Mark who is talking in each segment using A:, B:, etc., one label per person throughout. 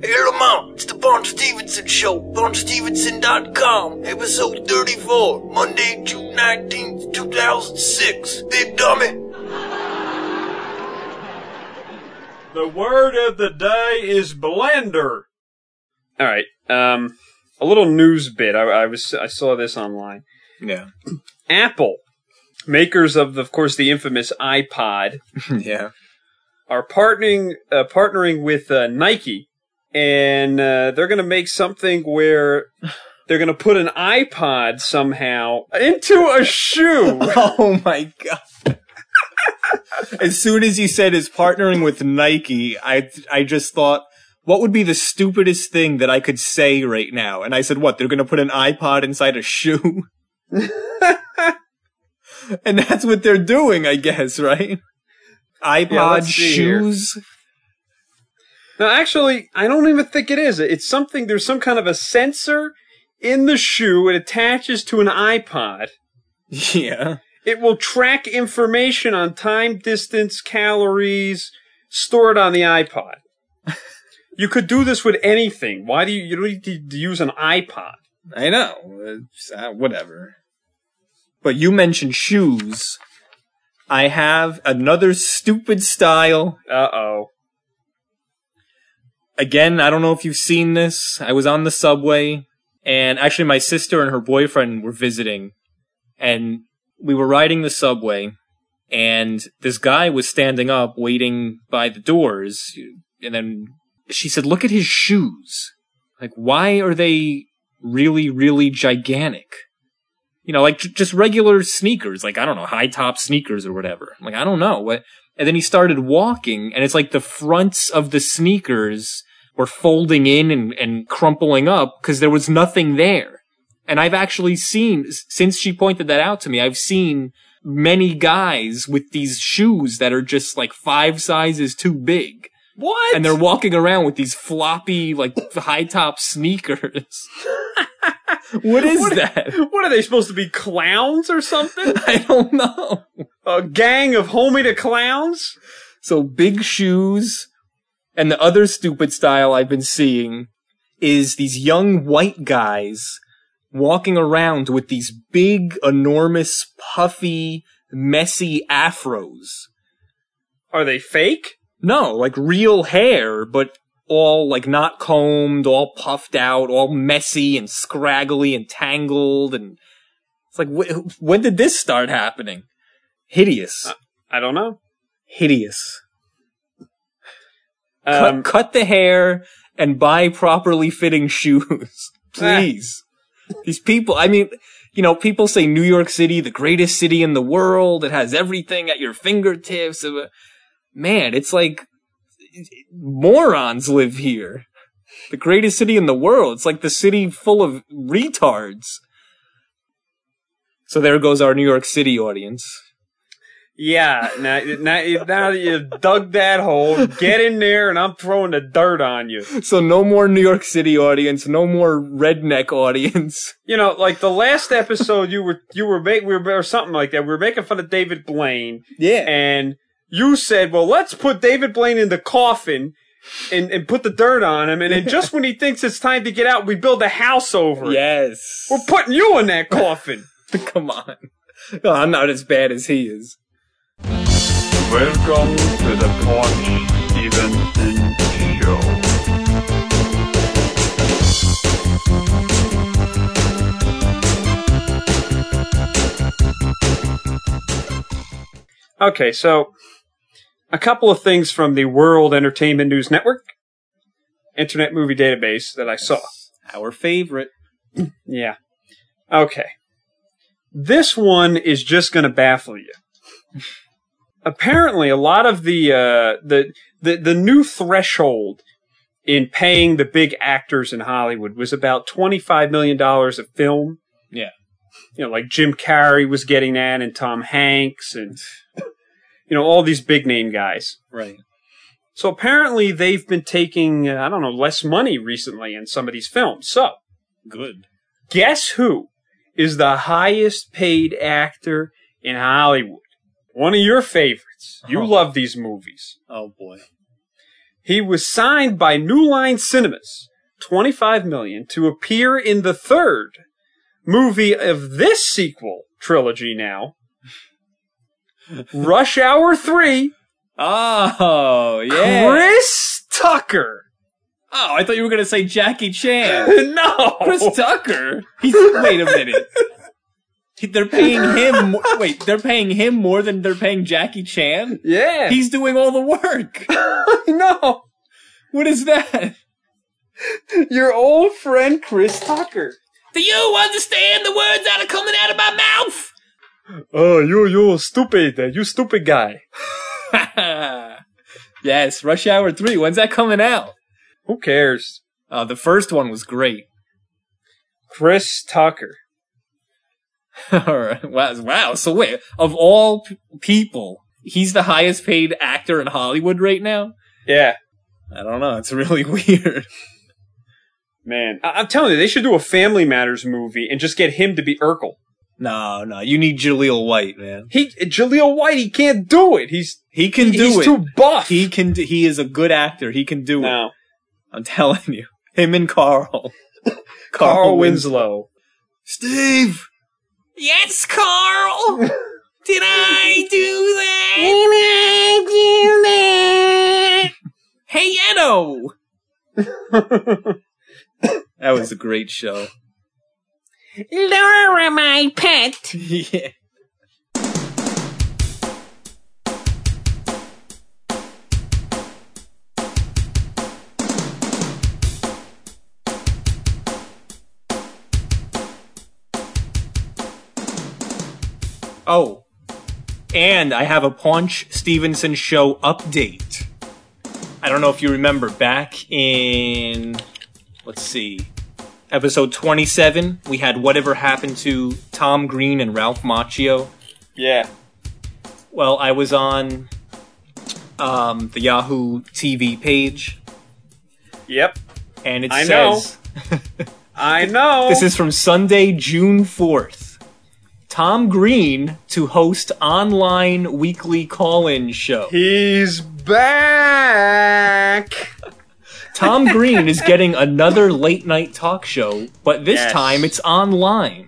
A: Hey, Lamont, it's the Vaughn Stevenson Show, VaughnStevenson.com, episode 34, Monday, June 19th, 2006. Big dummy.
B: The word of the day is blender.
C: All right. Um, a little news bit. I, I was I saw this online.
D: Yeah.
C: Apple, makers of the, of course the infamous iPod,
D: yeah.
C: are partnering uh, partnering with uh, Nike, and uh, they're going to make something where they're going to put an iPod somehow into a shoe.
D: Oh my god. as soon as you said is partnering with Nike, I I just thought what would be the stupidest thing that I could say right now? And I said, "What? They're going to put an iPod inside a shoe?" and that's what they're doing, I guess, right? iPod
C: let's see here.
D: shoes.
C: No, actually, I don't even think it is. It's something. There's some kind of a sensor in the shoe. It attaches to an iPod.
D: Yeah.
C: It will track information on time, distance, calories stored on the iPod. you could do this with anything. Why do you you don't need to to use an iPod?
D: I know. It's, uh, whatever. But you mentioned shoes. I have another stupid style.
C: Uh oh.
D: Again, I don't know if you've seen this. I was on the subway, and actually, my sister and her boyfriend were visiting, and we were riding the subway, and this guy was standing up waiting by the doors, and then she said, Look at his shoes. Like, why are they really, really gigantic? you know, like j- just regular sneakers, like I don't know, high top sneakers or whatever. I'm like I don't know what. And then he started walking, and it's like the fronts of the sneakers were folding in and, and crumpling up because there was nothing there. And I've actually seen s- since she pointed that out to me, I've seen many guys with these shoes that are just like five sizes too big.
C: What?
D: And they're walking around with these floppy, like high top sneakers. what is that?
C: what are they supposed to be clowns or something?
D: I don't know.
C: a gang of homie to clowns?
D: So big shoes and the other stupid style I've been seeing is these young white guys walking around with these big, enormous, puffy, messy afros.
C: Are they fake?
D: No, like real hair, but all like not combed, all puffed out, all messy and scraggly and tangled and it's like wh- when did this start happening? Hideous.
C: I don't know.
D: Hideous. Cut,
C: Um,
D: cut the hair and buy properly fitting shoes. Please. These people, I mean, you know, people say New York City, the greatest city in the world. It has everything at your fingertips. Uh, Man, it's like morons live here. The greatest city in the world. It's like the city full of retards. So there goes our New York City audience.
C: yeah. Now, now, now that you dug that hole, get in there, and I'm throwing the dirt on you.
D: So no more New York City audience, no more redneck audience.
C: you know, like the last episode, you were you were make we were or something like that. We were making fun of David Blaine,
D: Yeah.
C: and you said, "Well, let's put David Blaine in the coffin and and put the dirt on him." And then just when he thinks it's time to get out, we build a house over it.
D: Yes.
C: We're putting you in that coffin.
D: Come on. No, I'm not as bad as he is.
B: Welcome to the Paunch Stevenson Show.
C: okay, so a couple of things from the World Entertainment News Network, Internet Movie Database that I saw.
D: Our favorite.
C: Yeah. Okay. This one is just going to baffle you. Apparently, a lot of the, uh, the the the new threshold in paying the big actors in Hollywood was about twenty five million dollars a film.
D: Yeah.
C: you know, like Jim Carrey was getting that, and Tom Hanks, and you know, all these big name guys.
D: Right.
C: So apparently, they've been taking uh, I don't know less money recently in some of these films. So
D: Good.
C: Guess who is the highest paid actor in Hollywood? One of your favorites. You
D: Oh.
C: love these movies.
D: Oh boy.
C: He was signed by New Line Cinemas, 25 million, to appear in the third movie of this sequel trilogy now. Rush Hour 3,
D: Oh, yeah.
C: Chris Tucker.
D: Oh, I thought you were going to say Jackie Chan.
C: no.
D: Chris Tucker? He's, wait a minute. He- They're paying him. mo- Wait, they're paying him more than they're paying Jackie Chan?
C: yeah.
D: He's doing all the work.
C: no.
D: What is that?
C: Your old friend Chris Tucker.
D: Do you understand the words that are coming out of my
C: Oh, you, you stupid. uh, You stupid guy.
D: mouth? yes, Rush Hour 3. When's that coming out?
C: Who cares?
D: Uh, the first one was great.
C: Chris Tucker.
D: All right. Wow. wow. So wait, of all p- people, he's the highest paid actor in Hollywood right now?
C: Yeah,
D: I don't know. It's really weird.
C: man. I- I'm telling you, they should do a Family Matters movie and just get him to be Urkel.
D: No, no. You need Jaleel White, man.
C: He, Jaleel White, he can't do it. He's,
D: He can do
C: he's
D: it.
C: too buff.
D: He can. Do, he is a good actor. He can do it.
C: no.
D: I'm telling you. Him and Carl.
C: Carl
D: Wins-
C: Winslow.
D: Steve. Yes, Carl. Did I do that? Hey, Edo. that was a great show.
E: Laura, my pet.
D: yeah. Oh, and I have a Paunch Stevenson show update. I don't know if you remember back in, let's see, episode 27, we had Whatever Happened to Tom Green and Ralph Macchio.
C: Yeah.
D: Well, I was on um, the Yahoo TV page,
C: Yep.
D: and it
C: I know.
D: says
C: I know.
D: this is from Sunday, June 4th. Tom Green to host online weekly call in show.
C: He's back.
D: Tom Green is getting another late night talk show, but this
C: Yes.
D: time it's online.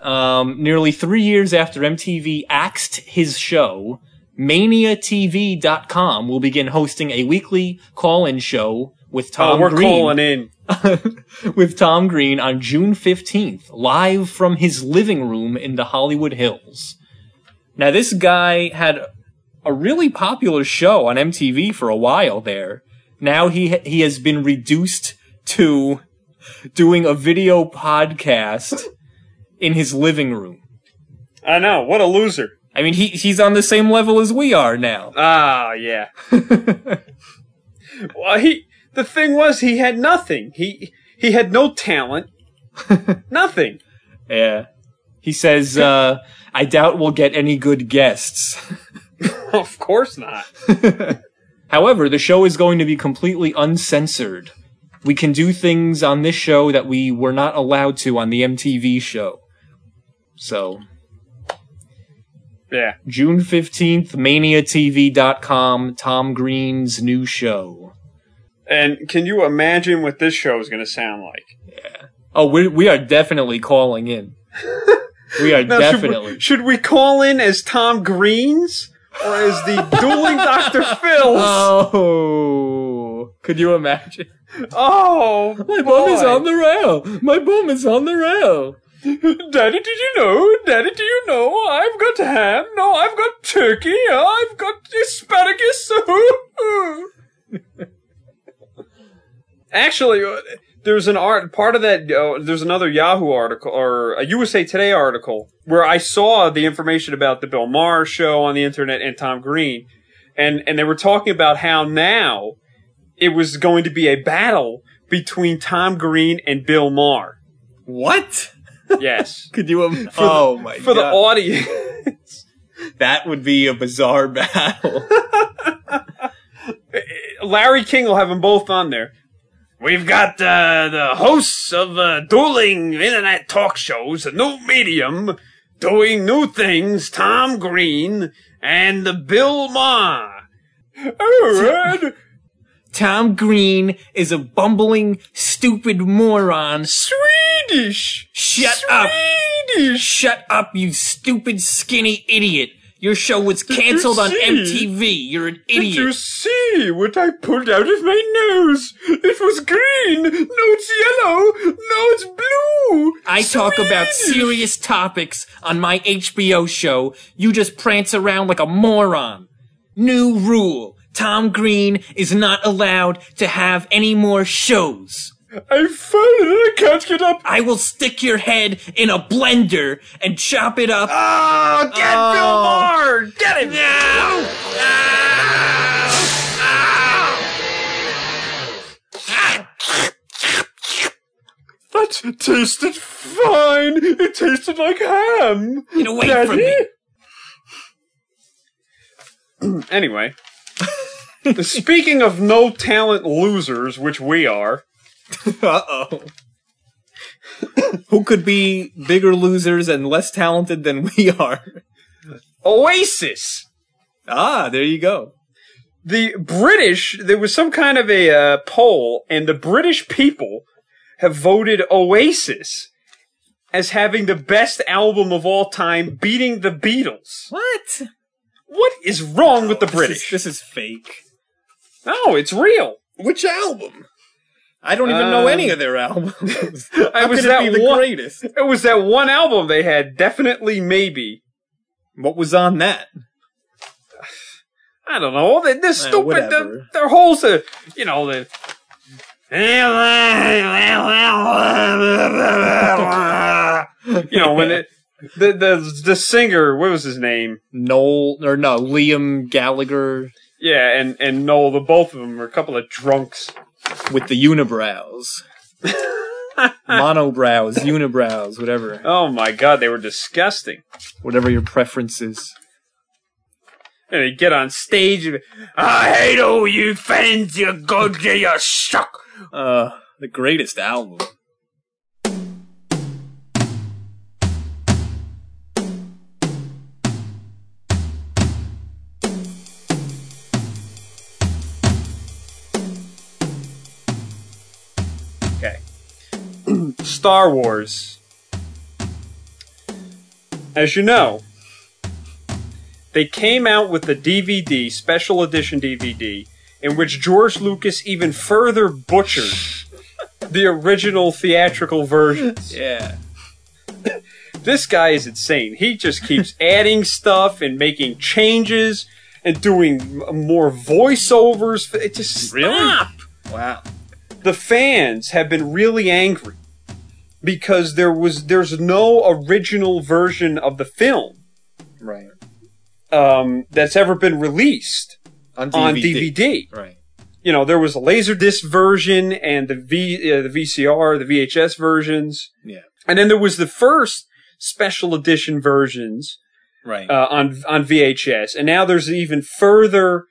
D: Um, nearly three years after MTV axed his show, ManiaTV.com will begin hosting a weekly call in show with Tom
C: oh, we're
D: Green.
C: calling in.
D: with Tom Green on June 15th, live from his living room in the Hollywood Hills. Now, this guy had a really popular show on MTV for a while there. Now he he has been reduced to doing a video podcast in his living room.
C: I know. What a loser.
D: I mean, he he's on the same level as we are now.
C: Ah, yeah. well, he the thing was he had nothing. He he had no talent. nothing.
D: Yeah. He says, uh, I doubt we'll get any good guests.
C: Of course not.
D: However, the show is going to be completely uncensored. We can do things on this show that we were not allowed to on the MTV show. So,
C: Yeah.
D: June 15th, maniatv.com, Tom Green's new show.
C: And can you imagine what this show is going to sound like?
D: Oh, we we are definitely calling in. We are
C: Now, should we-
D: definitely.
C: Should we, call in as Tom Greens or as the dueling Dr. Phils?
D: Oh, could you imagine?
C: oh,
D: My bum is
C: boy.
D: on the rail. My bum is on the rail.
C: Daddy, did you know? Daddy, do you know? I've got ham. No, I've got turkey. I've got asparagus. Actually, uh, there's an art part of that. Uh, there's another Yahoo article or a USA Today article where I saw the information about the Bill Maher show on the internet and Tom Green, and and they were talking about how now it was going to be a battle between Tom Green and Bill Maher.
D: What?
C: Yes.
D: Could you? Im- oh my
C: for the
D: God.
C: audience.
D: That would be a bizarre battle.
C: Larry King will have them both on there. We've got uh, the hosts of uh, dueling internet talk shows, a new medium, doing new things, Tom Green and the Bill Ma. Oh, and
D: Tom Green is a bumbling, stupid moron.
C: Swedish.
D: Shut up! Shut up, you stupid, skinny idiot! Your show was canceled on
C: see?
D: MTV. You're an
C: Did you
D: idiot.
C: see what I pulled out of my nose? It was green. Now it's yellow. Now it's blue.
D: I talk about
C: Swedish.
D: serious topics on my HBO show. You just prance around like a moron. New rule. Tom Green is not allowed to have any more shows.
C: I found it. I can't get up.
D: I will stick your head in a blender and chop it up.
C: Oh, get Bill Maher. Get him.
D: No!
C: That tasted fine. It tasted like ham.
D: Get away from me.
C: anyway, speaking of no talent losers, which we are,
D: Uh oh. Who could be bigger losers and less talented than we are?
C: Oasis.
D: Ah, there you go.
C: The British, there was some kind of a uh, poll, and the British people have voted Oasis as having the best album of all time, beating the Beatles.
D: What?
C: What is wrong with the
D: British.
C: British?
D: This is fake.
C: No, it's real.
D: Which album? I don't even know
C: Um,
D: any of their albums.
C: I
D: How
C: was
D: could
C: that
D: it be the
C: one-
D: greatest?
C: It was that one album they had, definitely, maybe.
D: What was on that?
C: I don't know. They, they're stupid.
D: whatever.
C: Their, their holes are, you know, the. you know, when it, the, the, the singer, what was his name?
D: Noel or no Liam Gallagher
C: Yeah, and, and Noel, the both of them are a couple of drunks.
D: with the unibrows, monobrows, unibrows, whatever,
C: Oh my god, they were disgusting.
D: whatever your preference is.
C: And they get on stage and, I hate all you fans, you god, you suck.
D: Uh, the greatest album.
C: Okay. Star Wars. As you know, they came out with the DVD, special edition DVD, in which George Lucas even further butchered the original theatrical versions.
D: Yeah.
C: This guy is insane. He just keeps adding stuff and making changes and doing m- more voiceovers. It just
D: Really?
C: stop
D: Wow.
C: the fans have been really angry because there was there's no original version of the film
D: Right.
C: um, that's ever been released on DVD.
D: Right.
C: You know, there was a laserdisc version and the V uh, the VCR, the VHS versions,
D: Yeah.
C: and then there was the first special edition versions
D: Right.
C: uh, on on VHS, and now there's even further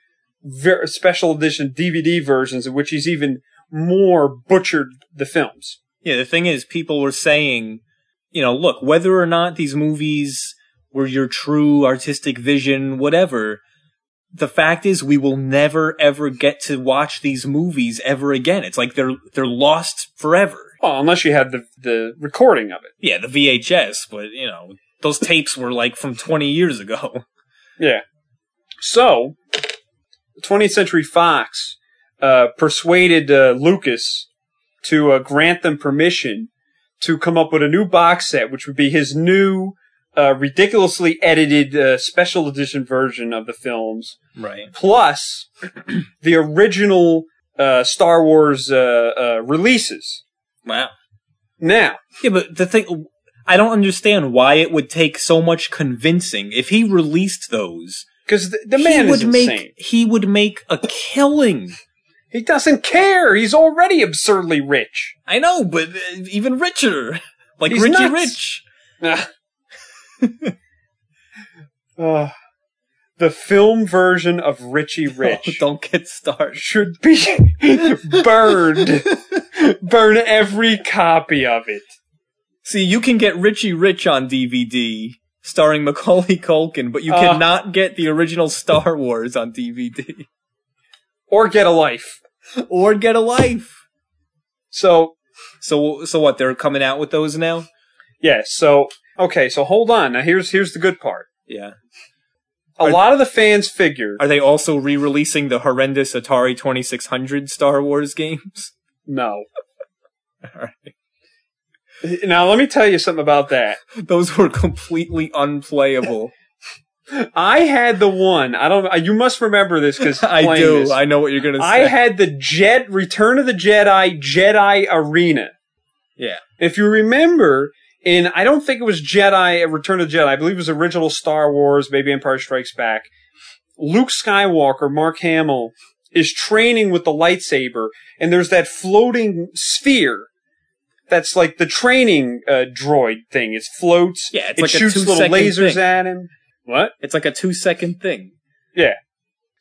C: ver- special edition DVD versions in which he's even more butchered the films.
D: Yeah, the thing is, people were saying, you know, look, whether or not these movies were your true artistic vision, whatever, the fact is we will never ever get to watch these movies ever again. It's like they're they're lost forever.
C: Well, unless you have the the recording of it.
D: Yeah, the VHS, but you know, those tapes were like from 20 years ago.
C: Yeah. So, 20th Century Fox uh, persuaded uh, Lucas to uh, grant them permission to come up with a new box set, which would be his new, uh, ridiculously edited uh, special edition version of the films,
D: Right.
C: plus the original uh, Star Wars uh, uh, releases.
D: Wow.
C: Now,
D: Yeah, but the thing, I don't understand why it would take so much convincing. If he released those,
C: because the, the man
D: he would
C: is insane.
D: make he would make a killing.
C: He doesn't care. He's already absurdly rich.
D: I know, but uh, even richer, like
C: He's
D: Richie
C: nuts.
D: Rich.
C: Ah. Ah. the film version of Richie
D: Uh. Oh,
C: Rich
D: don't get started.
C: should be burned. Burn every copy of it.
D: See, you can get Richie Rich on DVD starring Macaulay Culkin, but you
C: Uh.
D: cannot get the original Star Wars on DVD.
C: Or get a life.
E: or get a life.
C: So
D: So so what? They're coming out with those now.
C: yeah, so okay, so hold on. Now here's here's the good part.
D: Yeah.
C: A
D: Are-
C: lot of the fans figured
D: Are they also re-releasing the horrendous Atari 2600 Star Wars games?
C: no.
D: All
C: Now let me tell you something about that.
D: Those were completely unplayable.
C: I had the one. I don't. uh, You must remember this because
D: I do. I know what you're gonna say.
C: I had the Jet Return of the Jedi Jedi Arena.
D: Yeah.
C: If you remember, in I don't think it was Jedi Return of the Jedi. I believe it was original Star Wars, maybe Empire Strikes Back. Luke Skywalker, Mark Hamill is training with the lightsaber, and there's that floating sphere. That's like the training uh, droid thing. It floats.
D: Yeah, it's
C: it
D: like a
C: shoots little
D: two-second
C: lasers
D: thing.
C: at him. What?
D: it's like a two second thing.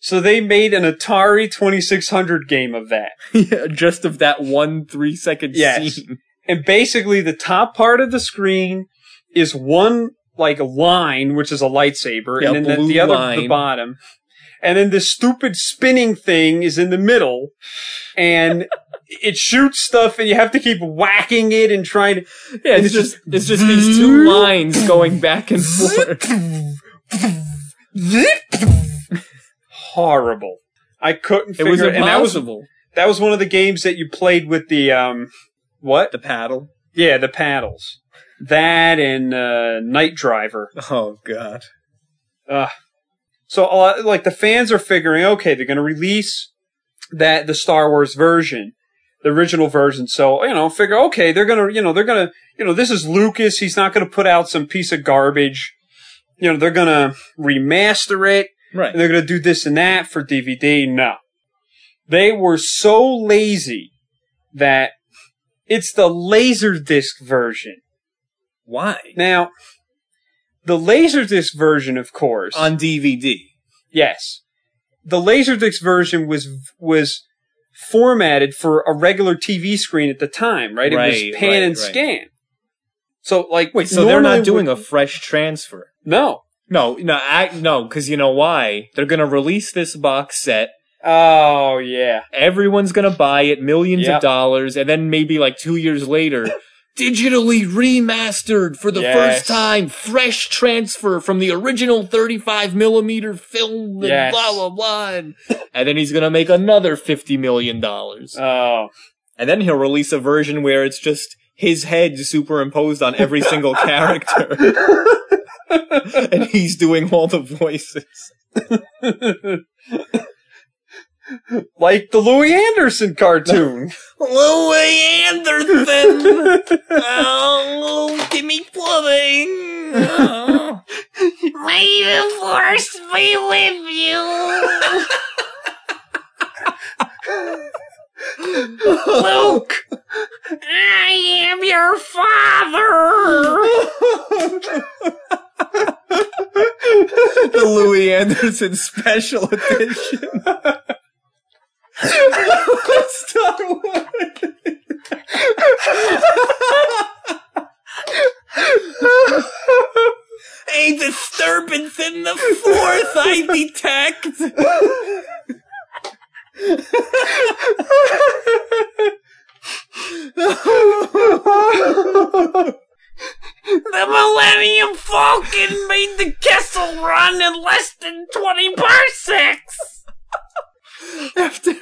C: So they made an Atari 2600 game of that.
D: Yeah, just of that one three second
C: Yes.
D: scene.
C: And basically the top part of the screen is one like line, which is a lightsaber,
D: Yeah,
C: and then the,
D: blue
C: the other the
D: line.
C: bottom. And then this stupid spinning thing is in the middle and it shoots stuff and you have to keep whacking it and trying to
D: Yeah,
C: And
D: it's,
C: it's
D: just it's just these two lines going back and forth.
C: horrible. I couldn't
D: It
C: figure
D: was
C: it, and that was
D: impossible.
C: that was one of the games that you played with the um what?
D: The paddle.
C: Yeah, the paddles. That and uh, Night Driver.
D: Oh god.
C: Ugh. So, a lot- like, the fans are figuring, okay, they're going to release that the Star Wars version, the original version. So, you know, figure, okay, they're going to, you know, they're going to, you know, this is Lucas. He's not going to put out some piece of garbage. You know, they're going to remaster it
D: Right.
C: and they're going to do this and that for DVD. No. They were so lazy that it's the Laserdisc version.
D: Why?
C: Now, the Laserdisc version, of course.
D: On DVD.
C: yes. The Laserdisc version was was formatted for a regular TV screen at the time, right? it
D: Right,
C: was pan
D: right,
C: and
D: right.
C: scan. So, like,
D: Wait, so they're
C: normally
D: not doing
C: we-
D: a fresh transfer.
C: No.
D: No, no, I, no, because you know why? They're gonna release this box set.
C: Oh, yeah.
D: Everyone's gonna buy it, millions
C: Yep.
D: of dollars, and then maybe like two years later, digitally remastered for the
C: Yes.
D: first time, fresh transfer from the original 35 millimeter film, and
C: Yes.
D: blah blah blah. And, and then he's gonna make another 50 million dollars,
C: Oh.
D: and then he'll release a version where it's just his head superimposed on every single character, and he's doing all the voices.
C: like the Louis Anderson cartoon.
D: Louis Anderson! oh, Timmy Plumbing! Oh. May the force be with you! Luke! I am your father! the Louis Anderson Special Edition. Star Wars. A disturbance in the fourth I detect.
A: The Millennium Falcon made the Kessel run in less than 20 parsecs!
D: After,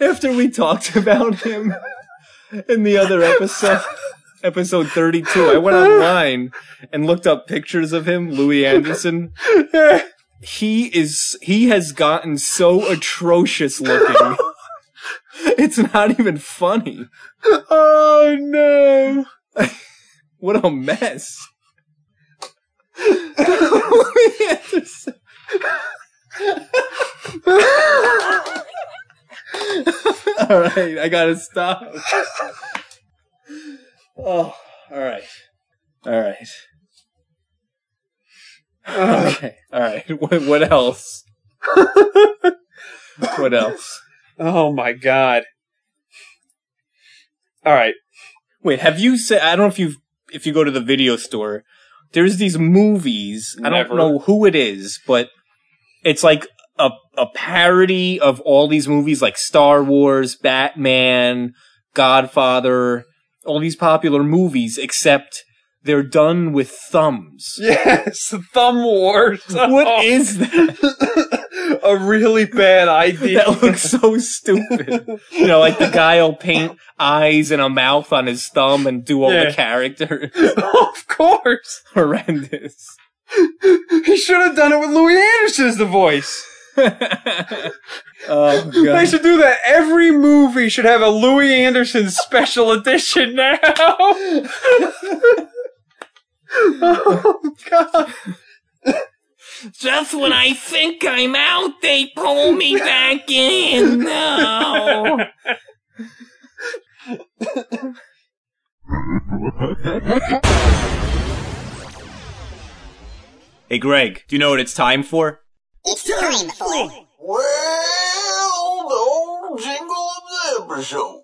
D: after we talked about him in the other episode, episode 32, I went online and looked up pictures of him, Louis Anderson. He is, he has gotten so atrocious looking. It's not even funny.
C: oh, no.
D: What a mess. Louis Anderson. all right, I gotta stop. Oh, all right, all right, okay, all right. What, what else? what else?
C: Oh my god. All right.
D: Wait, have you said? I don't know if you have if you go to the video store. There's these movies. I
C: Never.
D: don't know who it is, but it's like a a parody of all these movies like Star Wars, Batman, Godfather, all these popular movies, except they're done with thumbs.
C: Yes, thumb wars.
D: What is that?
C: a really bad idea?
D: That looks so stupid. You know, like the guy will paint eyes and a mouth on his thumb and do all
C: Yeah.
D: the characters.
C: of course,
D: Horrendous.
C: he should have done it with Louis Anderson as the voice.
D: oh,
C: They
D: God.
C: should do that. Every movie should have a Louis Anderson special edition now. oh God!
D: Just when I think I'm out, they pull me back in. No. hey, Greg, do you know what it's time for?
A: It's time for. Well, the old jingle of the episode.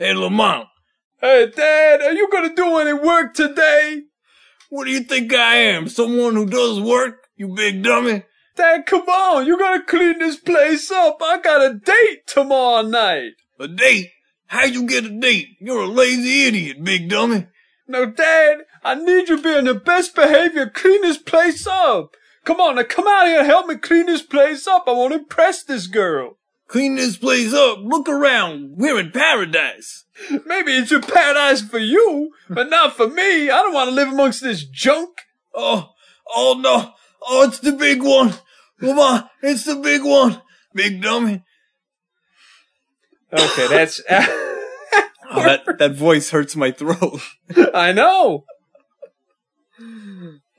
D: Hey, Lamont,
C: Hey, Dad, are you gonna do any work today?
D: what do you think I am? Someone who does work? You big dummy?
C: Dad, come on, you gotta clean this place up. I got a date tomorrow night.
D: A date? How'd you get a date? You're a lazy idiot, big dummy.
C: No, Dad, I need you to be on the best behavior. Clean this place up. Come on, now come out here and help me clean this place up. I want to impress this girl.
D: Clean this place up. Look around. We're in paradise.
C: Maybe it's a paradise for you, but not for me. I don't want to live amongst this junk.
D: Oh, oh no. Oh, it's the big one. Come on. It's the big one. Big dummy.
C: Okay, that's.
D: Oh, that, that voice hurts my throat.
C: I know.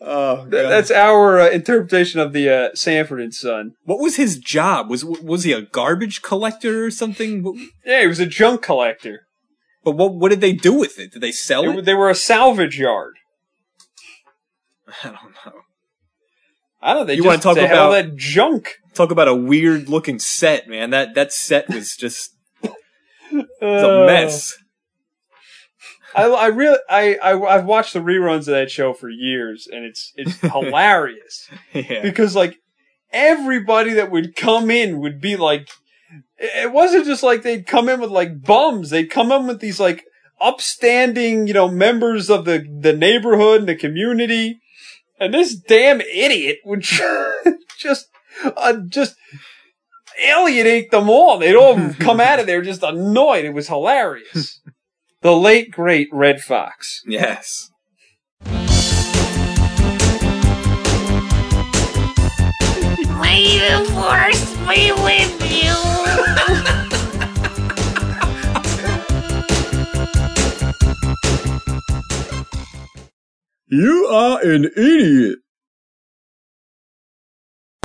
D: Oh, God.
C: Th- That's our uh, interpretation of the uh, Sanford and Son.
D: what was his job? Was, was he a garbage collector or something? What-
C: Yeah, he was a junk collector.
D: But what, what did they do with it? Did they sell
C: They,
D: it?
C: they were a salvage yard.
D: I don't know.
C: I don't know. They
D: You
C: just
D: wanna talk
C: they had all
D: about-
C: that junk?
D: Talk about a weird looking set, man. That, that set was just
C: It's
D: it's
C: Oh.
D: a mess.
C: I, Uh, I really, I, I, I've watched the reruns of that show for years, and it's it's hilarious
D: Yeah.
C: because like everybody that would come in would be like, it it wasn't just like they'd come in with like bums; they'd come in with these like upstanding, you know, members of the the neighborhood and the community, and this damn idiot would just, uh, just alienate them all. They'd all come out of there just annoyed. It was hilarious. The late great Red Fox.
D: Yes.
E: May the force be with you.
F: You are an idiot.